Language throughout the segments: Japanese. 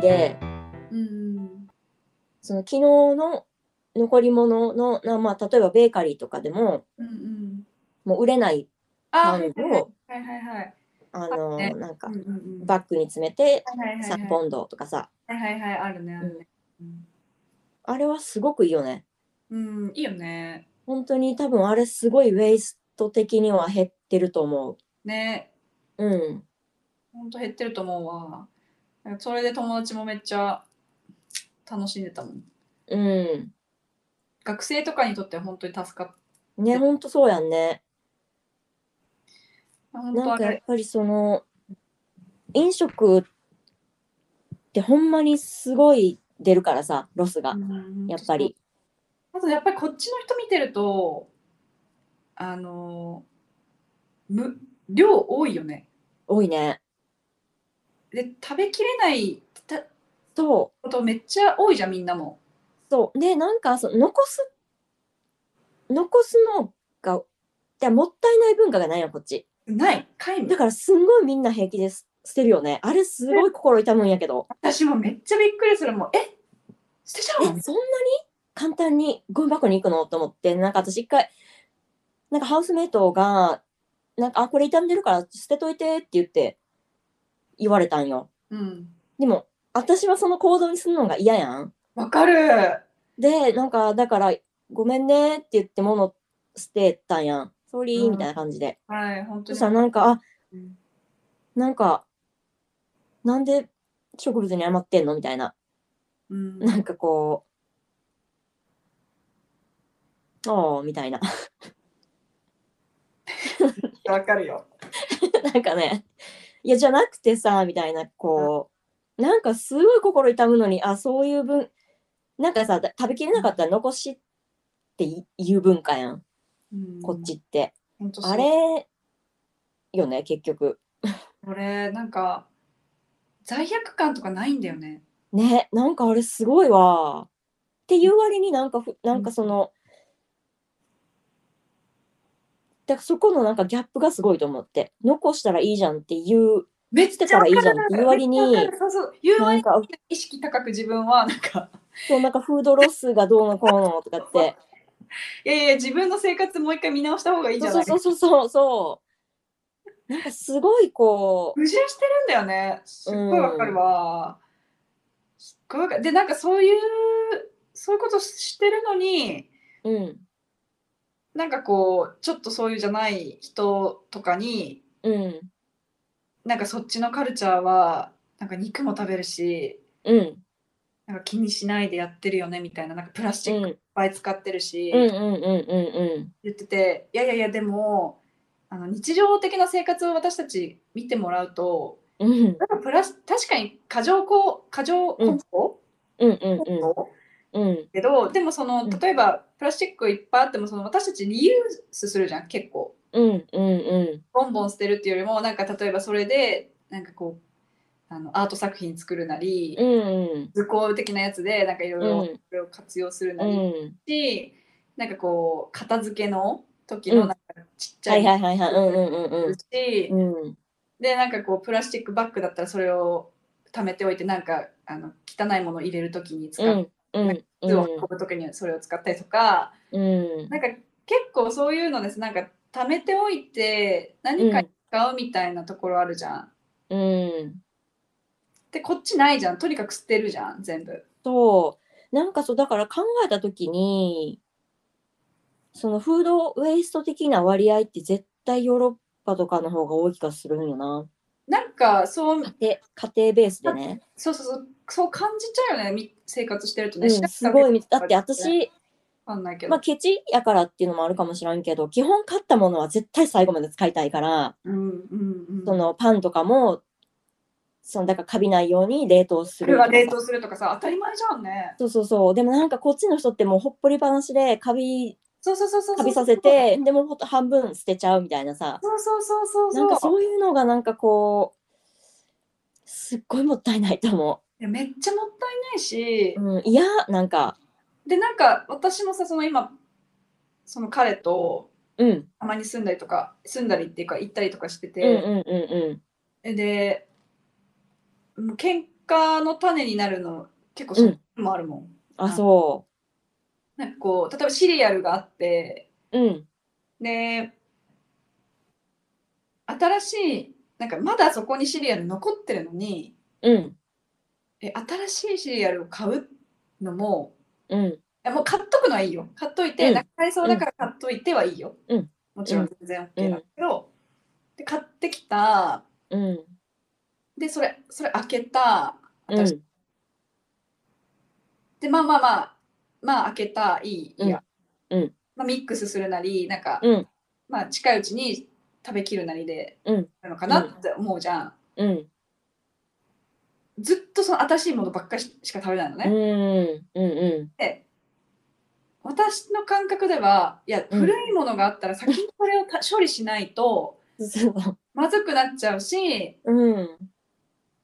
で、うんその昨日の残り物の、なまあ、例えばベーカリーとかでも、うんうんもう売れないあパはンいを、はいはいはいあの、ねなんかうん、うんうんバッグに詰めてはいはいはい3ポンドとかさ、はいはいはいあるねあるねうんあれはすごくいいよね。うんいいよね本当に多分あれすごいウェイスト的には減ってると思ねう。うん。ほんと減ってると思うわなんかそれで友達もめっちゃ楽しんでたもんうん。学生とかにとっては本当に助かっね、ほんとそうやんね。た本当なあんかやっれぱりその、飲食ってほんまにすごい出るからさ、ロスがう。んやっぱり。あとやっぱりこっちの人見てるとあのむ量多いよね多いね。で食べきれないたそう。ことめっちゃ多いじゃんみんなもそうでなんかその残す残すのがでもったいない文化がないのこっちない皆無だからすんごいみんな平気です捨てるよねあれすごい心痛むんやけど私もめっちゃびっくりするもんえ捨てちゃえうそんなにの簡単にゴミ箱に行くのと思ってなんか私一回なんかハウスメイトが「なんかあこれ傷んでるから捨てといて」って言って言われたんようんでも私はその行動にするのが嫌やんわかるでなんかだから「ごめんね」って言って物捨てたんやん「ソリうー」んみたいな感じで、はい本当そにしたらなんか、あ、うんなんか、なんで植物に余ってんのみたいな。うんなんかこう、ああ、みたいな。 わかるよなんかね、いや、じゃなくてさ、みたいな、こう、なんかすごい心痛むのに、あ、そういう分、なんかさ、だ食べきれなかったら残しってい言う文化やん、こっちって。本当あれよね、結局。これなんか罪悪感とかないんだよねね、なんかあれすごいわ。っていう割になんかふ、なんかその、だからそこのなんかギャップがすごいと思って、残したらいいじゃんっていう、めっ捨てたらいいじゃんっていう割にめっちゃわかるそうそう言うな割んにか、意識高く自分はなんか そうなんかフードロスがどうのこうのとかって、いやいや自分の生活もう一回見直した方がいいじゃそなういそうそうそうそう、なんかすごいこ矛盾してるんだよねすっごいわかるわ、すっごいわかるでなんかそういうそういうことしてるのにう、うん、なんかこうちょっとそういうじゃない人とかにうん、なんかそっちのカルチャーはなんか肉も食べるしうん、なんか気にしないでやってるよねみたいななんかプラスチうん、うックいっん、ぱい使ってるし、うん、うん、うん、言ってていやいやいやでもあの日常的な生活を私たち見てもらうとうん、うん、なんかプラス確かに過剰こう過剰梱包、うん、うん、梱包うん、けどでもそのうん例えばプラスチックいっぱいあってもその私たちリユースするじゃん結構うん、うん、ボンボン捨てるっていうよりもなんか例えばそれでなんかこうあのアート作品作るなり、うん、図工的なやつでなんかいろいろうそれを活用するなりん、し、なんかこう片付けの時のうんなんかちっちゃはいいはいはいはい、うん、うん、うん、のうもん。あるしうん、でなんかこうプラスチックバッグだったらそれを貯めておいてなんかあの汚いものを入れるときに使うう、ん、うん、靴を運ぶときにそれを使ったりとか、うん、なんか結構そういうのですなんか貯めておいて何かに使うみたいなところあるじゃん。うん、でこっちないじゃんとにかく捨てるじゃん全部。そうなんかそうだから考えた時にそのフードウェイスト的な割合って絶対ヨーロッパとかの方が多い気がするんよななんかそう家庭家庭ベースでね、そうそうそうそう感じちゃうよねみ生活してるとうね。ん、知らんすごいだってわ私、かんないけど。まあ、ケチやからっていうのもあるかもしらんけど基本買ったものは絶対最後まで使いたいからうんうんうん。そのパンとかもそのだからカビないように冷凍すこるれとかさは冷凍するとかさ当たり前じゃんね。そうそうそうでもなんかこっちの人ってもうほっぽりっぱなしでカビそうそうそうそうそう。カビさせてでもうほんと半分捨てちゃうみたいなさそうそうそうそうなそうんかそういうのがなんかこうすっごいもったいないと思いやめっちゃもったいないし、う。うん、いやなんかでなんか私もさその今その彼とうんたまに住んだりとか住んだりっていうか行ったりとかしてうんうんて、うんでもうけん家の種になるの結構そっちもあるもん、あ、そなんかこう例えばシリアルがあってう。うん。で新しいなんかまだそこにシリアル残ってるのにうん。え新しいシリアルを買うのもうん。いやもう買っとくのはいいよ。買っといて、うんなくなりそうだから買っといてはいいよ。うんもちろん全然 OK なんだけど、で買ってきた、うん。で、それ、それ開けた、うん。で、まあまあまあ、まあ開けた、いい、いいや。うんうんまあ、ミックスするなり、なんか、うんまあ近いうちに食べきるなりで、うんなのかなって思うじゃん。うん。ずっとその新しいものばっかししか食べないのね。うん。うん。で私の感覚では、いや、うん古いものがあったら先にそれをた処理しないと、そう。まずくなっちゃうしうん。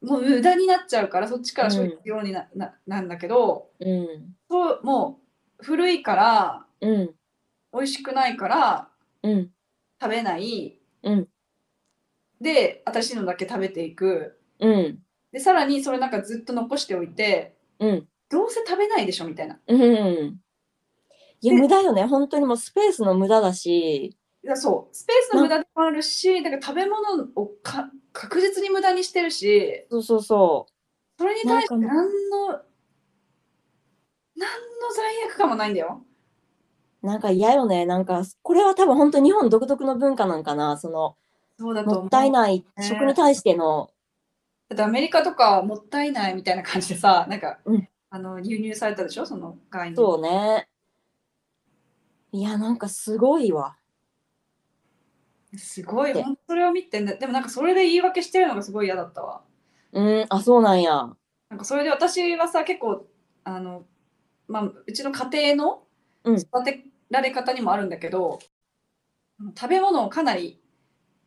もう無駄になっちゃうからそっちから処理するようにな,、ななんだけどうん。そうもう古いからうん。美味しくないからうん。食べない、うんで私のだけ食べていくうん。でさらにそれなんかずっと残しておいてうん。どうせ食べないでしょみたいなだかうん。いや、で無駄よね。本当にもうスペースの無駄だし。らそうスペースの無駄でもあるしだから食べ物をか確実に無駄にしてるしそうそうそそれに対してなんか何の何の罪悪感もないんだよ。う。なんか嫌よね。なんか、これは多分本当日本独特の文化なんかな。その、そうだと思うもったいない食に対しての。だってアメリカとかはもったいないみたいな感じでさ、なんか、うんあの輸入されたでしょ、その概念。そうね。いや、なんかすごいわ。すごい、で本当それを見て、ね、でもなんかそれで言い訳してるのがすごい嫌だったわ。うん。あ、そうなんや。なんかそれで私はさ、結構、あの、まあ、うちの家庭のうん育てられ方にもあるんだけど、食べ物をかなり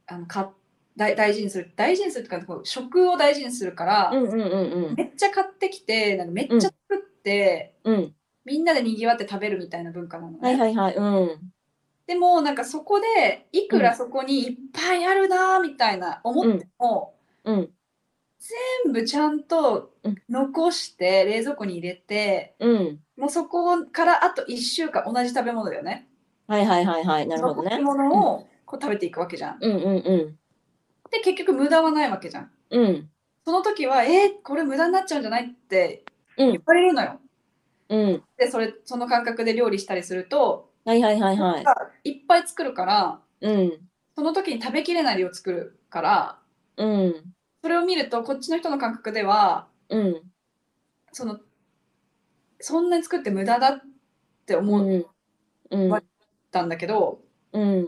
あのか大大事にする、大事にするっていうか、こう食を大事にするから、うんうんうんめっちゃ買ってきて、なんかめっちゃ作って、うん。うん。みんなでにぎわって食べるみたいな文化なのね。はいはいはい。うん。でもなんかそこでいくらそこにいっぱいあるなーみたいな思っても、うん。全部ちゃんとうん残して冷蔵庫に入れてうん。もうそこからあと1週間同じ食べ物だよね。はいはいはいはい。なるほどそのね。ものをこう食べていくわけじゃん。うんうんうん。で結局無駄はないわけじゃん。うん。その時はえー、これ無駄になっちゃうんじゃないってうん言われるのよ。うん。でそれその感覚で料理したりするとはいはいはいはい。いっぱい作るからうん。その時に食べきれない量作るからうん。それを見るとこっちの人の感覚ではうん。そのそんなに作って無駄だってう思っん。うん。たんだけど、うん。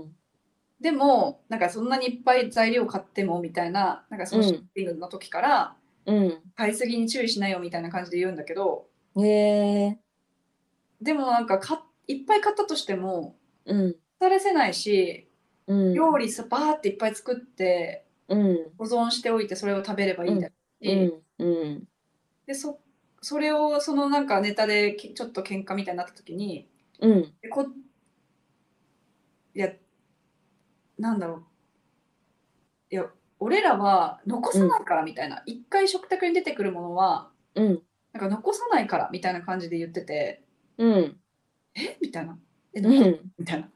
でもなんかそんなにいっぱい材料買ってもみたいななんかそのうんショッピングの時から、う買いすぎに注意しないよみたいな感じで言うんだけどん。へえ。でもなんかかいっぱい買ったとしてもうん。疲れせないしうん。料理さバーっていっぱい作ってうん。保存しておいてそれを食べればいいんだし、うん。うん。でそそれをそのなんかネタできちょっと喧嘩みたいになった時にうん。でこいやなんだろういや俺らは残さないからみたいな一、回食卓に出てくるものはうん。なんか残さないからみたいな感じで言っててうん。えみたいなえう残ん。みたいな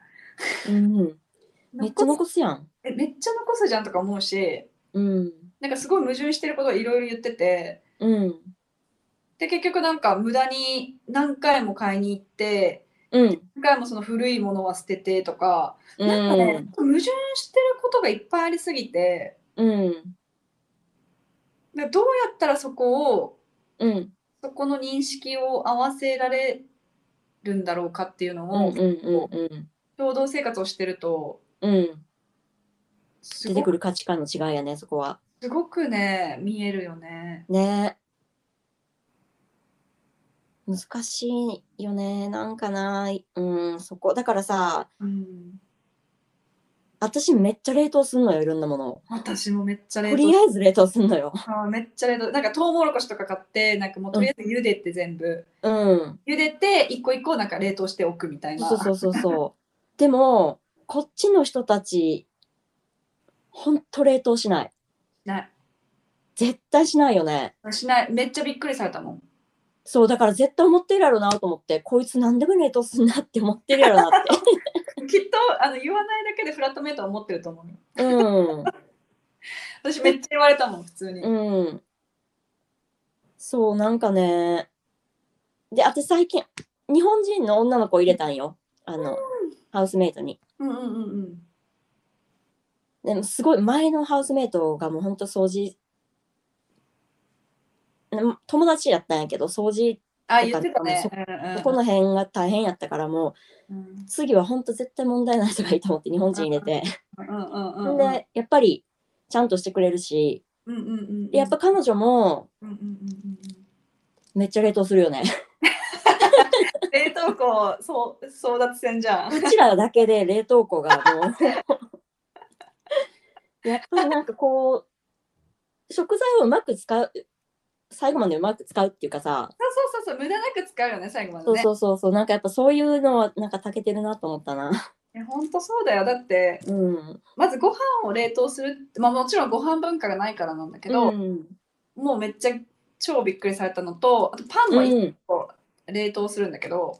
うん。めっちゃ残す残すやん。えめっちゃ残すじゃんとか思うしうん。なんかすごい矛盾してることをいろいろ言っててうん。で結局なんか無駄に何回も買いに行ってうん。何回もその古いものは捨ててとか、うなんかねん。矛盾してることがいっぱいありすぎてうん。だからどうやったらそこをうん。そこの認識を合わせられるんだろうかっていううのん。を、うん。うん。共同生活をしてるとうん。す出ごてくくる価値観の違いやね、そこは。すごくね見えるよね。ね難しいよねなんかなうんそこだからさうん、私めっちゃ冷凍すんのよいろんなものを私もめっちゃ冷とり凍あえず冷凍すんのよあーめっちゃ冷凍なんかトウモロコシとか買ってなんかもうとりあえず茹でて全部、うん茹でて一個一個なんか冷凍しておくみたいな。そうそうそうそうでもこっちの人たちほんと冷凍しないない絶対しないよね。しない。めっちゃびっくりされたもん。 そう、だから絶対思ってるやろなと思って、こいつ何でも冷凍すんなって思ってるやろなって。きっとあの言わないだけでフラットメイトは思ってると思うよ。うん。私めっちゃ言われたもん、普通に。うん。そう、なんかね。で、あと最近、日本人の女の子入れたんよ。あの、ハウスメイトに。うんうんうんうん。でもすごい前のハウスメイトがもうほんと掃除ん友達やったんやけど掃除あ、言ってたね。そうんうんこの辺が大変やったからもうんう次はほんと絶対問題ない人がいいと思って日本人入れてうんうんうんうん。でやっぱりちゃんとしてくれるしうんうんうんうん、でやっぱ彼女もうんうんうんうんめっちゃ冷凍する よねうん、冷凍庫そう争奪戦じゃん。 うちらだけで冷凍庫がもう やっぱりなんかこう食材をうまく使う最後までうまく使うっていうかさそうそうそうそう無駄なく使うよね最後までそうね。そうそうそう、なんかやっぱそういうのはなんかたけてるなと思ったな。いや本当そうだよだってうん。まずご飯を冷凍するってまあもちろんご飯文化がないからなんだけど、うん。もうめっちゃ超びっくりされたのとあとパンも一うん。個冷凍するんだけど、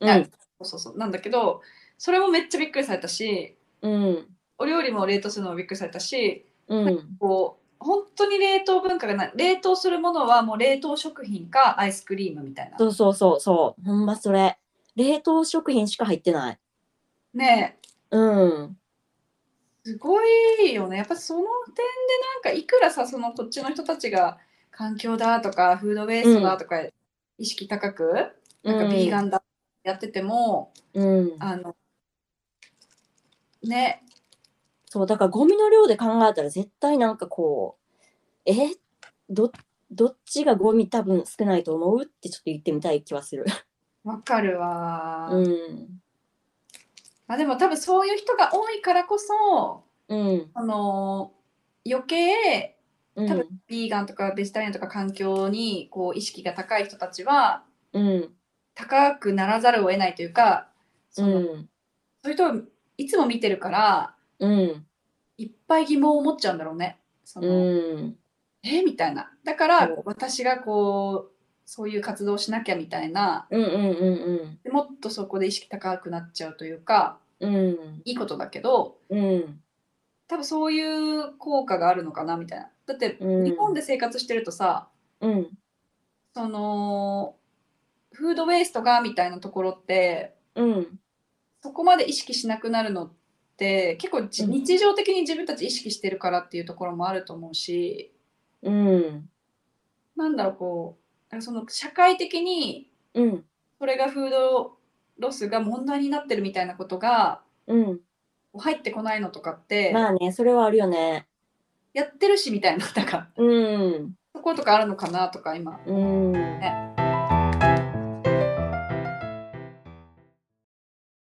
うんそうそうそうなんだけどそれもめっちゃびっくりされたしうん。お料理も冷凍するのもびっくりされたしうん。こう本当に冷凍文化がない冷凍するものはもう冷凍食品かアイスクリームみたいなそうそうそうそう。ほんまそれ。冷凍食品しか入ってない。ねえうん。すごいよねやっぱその点でなんかいくらさそのこっちの人たちが環境だとかフードウェイストだとか意識高く、なんかビーガン。ンだやってても、うん。あのねそう、だからゴミの量で考えたら絶対なんかこう、えど、どっちがゴミ多分少ないと思うってちょっと言ってみたい気はする。わかるわ、うん。まあ、でも多分そういう人が多いからこそうん。あの余計う多ん分。ビーガンとかベジタリアンとか環境にこう意識が高い人たちはうん。高くならざるを得ないというかその、うん。そういう人をいつも見てるからうん。いっぱい疑問を持っちゃうんだろうね。そのうん。えみたいな。だからそう私がこうそういう活動をしなきゃみたいなうん。うん。うん。でもっとそこで意識高くなっちゃうというかうん。いいことだけどうん。多分そういう効果があるのかなみたいな。だってうん日本で生活してるとさ、うん。そのフードウェイストがみたいなところってうん。そこまで意識しなくなるのって結構じうん日常的に自分たち意識してるからっていうところもあると思うしうん。なんだろうこうなんかその社会的にうん。それがフードロスが問題になってるみたいなことがうん。入ってこないのとかってまあね、それはあるよね。やってるしみたいななんかうん。ところとかあるのかなとか今うん。ね